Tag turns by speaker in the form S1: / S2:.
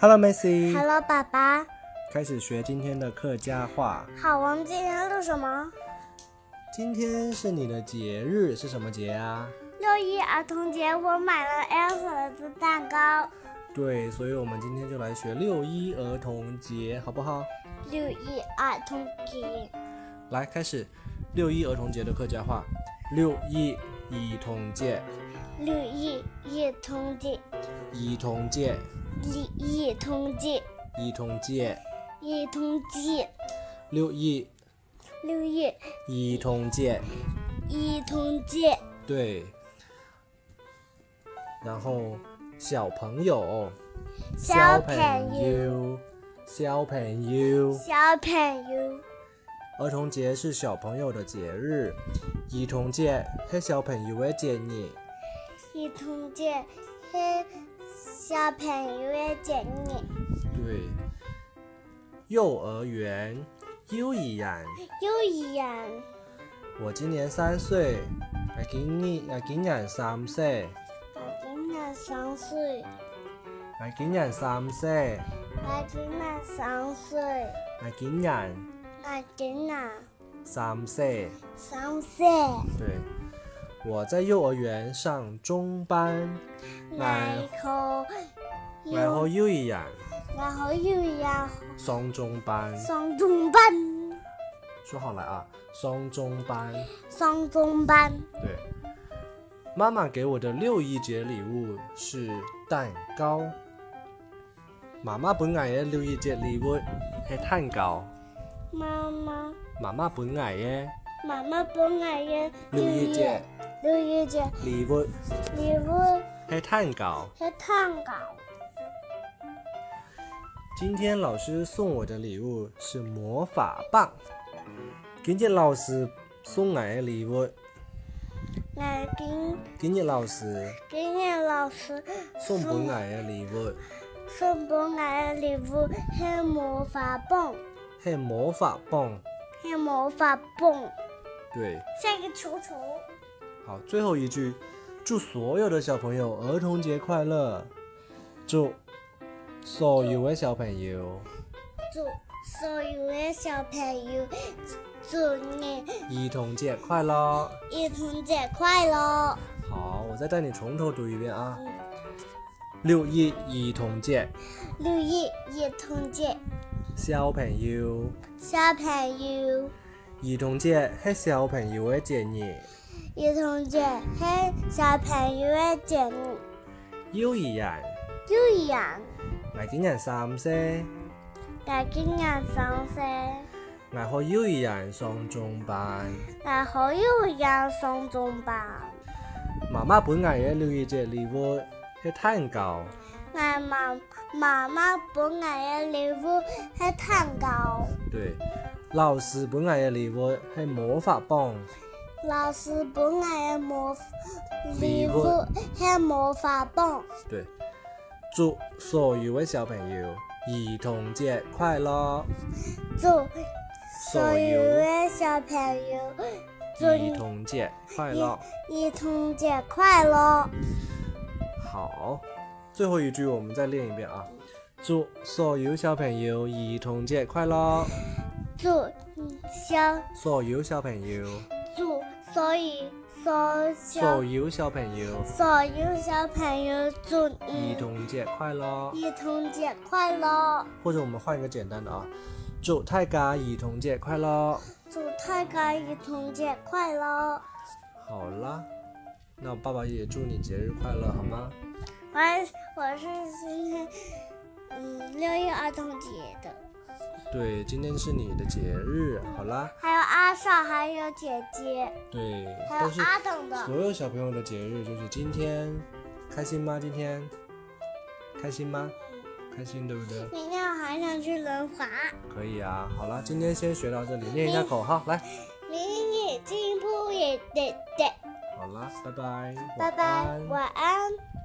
S1: Hello Macy，
S2: Hello，爸爸。
S1: 开始学今天的客家话。
S2: 好，我们今天录什么？
S1: 今天是你的节日，是什么节啊？
S2: 六一儿童节，我买了 Elsa 的蛋糕。
S1: 对，所以我们今天就来学六一儿童节，好不好？
S2: 六一 E 儿童节，
S1: 来，开始六一儿童节的客家话。六一儿童节，
S2: 六一儿童节，
S1: 儿童节，
S2: 六一儿童节，
S1: 儿童节，
S2: 儿童节，
S1: 六一
S2: 六一
S1: 儿童节，
S2: 儿童节，
S1: 对。然后小朋友，
S2: 小朋
S1: 友，小朋友。
S2: 小朋友，
S1: 儿童节是小朋友的节日，儿童节是小朋友的节日。
S2: 儿童节，嘿，小朋友的节日，
S1: 对，幼儿园幼儿园，
S2: 幼一园，
S1: 我今年三岁，也今年也今年三岁，
S2: 我今年三岁，
S1: 也今年三岁，
S2: 我今年三岁，
S1: 也今年
S2: 我今年
S1: 三岁。
S2: 三岁。
S1: 对，我在幼儿园上中班，
S2: 然后
S1: 然后
S2: 又
S1: 幼儿园
S2: 然后又要
S1: 上中班，
S2: 上中班，
S1: 说好了啊，上中班。
S2: 上中班，
S1: 对，妈妈给我的六一节礼物是蛋糕。妈妈本来的六一节礼物是蛋糕，
S2: 妈妈
S1: 妈妈本来的
S2: 妈妈本来的
S1: 六一节
S2: 六一节
S1: 礼物
S2: 礼物
S1: 是蛋糕。
S2: 是蛋糕，
S1: 今天老师送我的礼物是魔法棒。今天老师送来的礼物，
S2: 那今
S1: 今天老师
S2: 今天老师
S1: 送本来的礼物
S2: 送本来的礼物是魔法棒，
S1: 是魔法棒。
S2: 是魔法棒，
S1: 对，
S2: 像一个球球。
S1: 好，最后一句，祝所有的小朋友儿童节快乐，祝所有的小朋友
S2: 祝所有的小朋友祝你
S1: 儿童节快乐。
S2: 儿童节快乐！
S1: 好，我再带你从头读一遍啊。
S2: 嗯
S1: 六一儿童节，
S2: 六一儿童节，
S1: 小朋友，
S2: 小朋友，
S1: 儿童节是小朋友的节日，
S2: 儿童节是小朋友的节日。
S1: 幼儿园，
S2: 幼儿园，
S1: 我今年三岁，
S2: 我今年三岁，
S1: 我去幼儿园上中班。
S2: 然后幼儿园上中班。
S1: 妈妈本来的六一节礼物是蛋糕。
S2: 我妈妈妈本来的礼物是蛋糕，
S1: 对，老师本来的礼物系魔法棒，
S2: 老师本来的魔礼物是魔法棒。
S1: 对，祝所有的小朋友儿童节快乐，
S2: 祝
S1: 所
S2: 所
S1: 有
S2: 有的小朋友祝
S1: 儿童节快乐。
S2: 儿童节快乐！
S1: 好，最后一句我们再练一遍啊，祝所有小朋友儿童节快乐，
S2: 祝小
S1: 所有小朋友，
S2: 祝所有所
S1: 所
S2: 小
S1: 有小朋友
S2: 所有小朋友祝
S1: 儿
S2: 你
S1: 童节快乐，
S2: 儿童节快乐！
S1: 或者我们换一个简单的啊，祝大家儿童节快乐。
S2: 祝大家儿童节快乐！
S1: 好啦，那我爸爸也祝你节日快乐，好吗？
S2: 我是我是今天嗯六一儿童节的，
S1: 对，今天是你的节日，好啦，
S2: 还有阿少，还有姐姐，
S1: 对，
S2: 还
S1: 但
S2: 有
S1: 是
S2: 阿等的。
S1: 所有小朋友的节日就是今天，开心吗？今天开心吗？开心对不对？
S2: 明天我还想去轮滑，
S1: 可以啊，好啦，今天先学到这里，念一下口号，来，
S2: 明天也进步也得得。
S1: 好啦，拜拜，
S2: 拜
S1: 晚
S2: 拜
S1: 安，
S2: 晚安。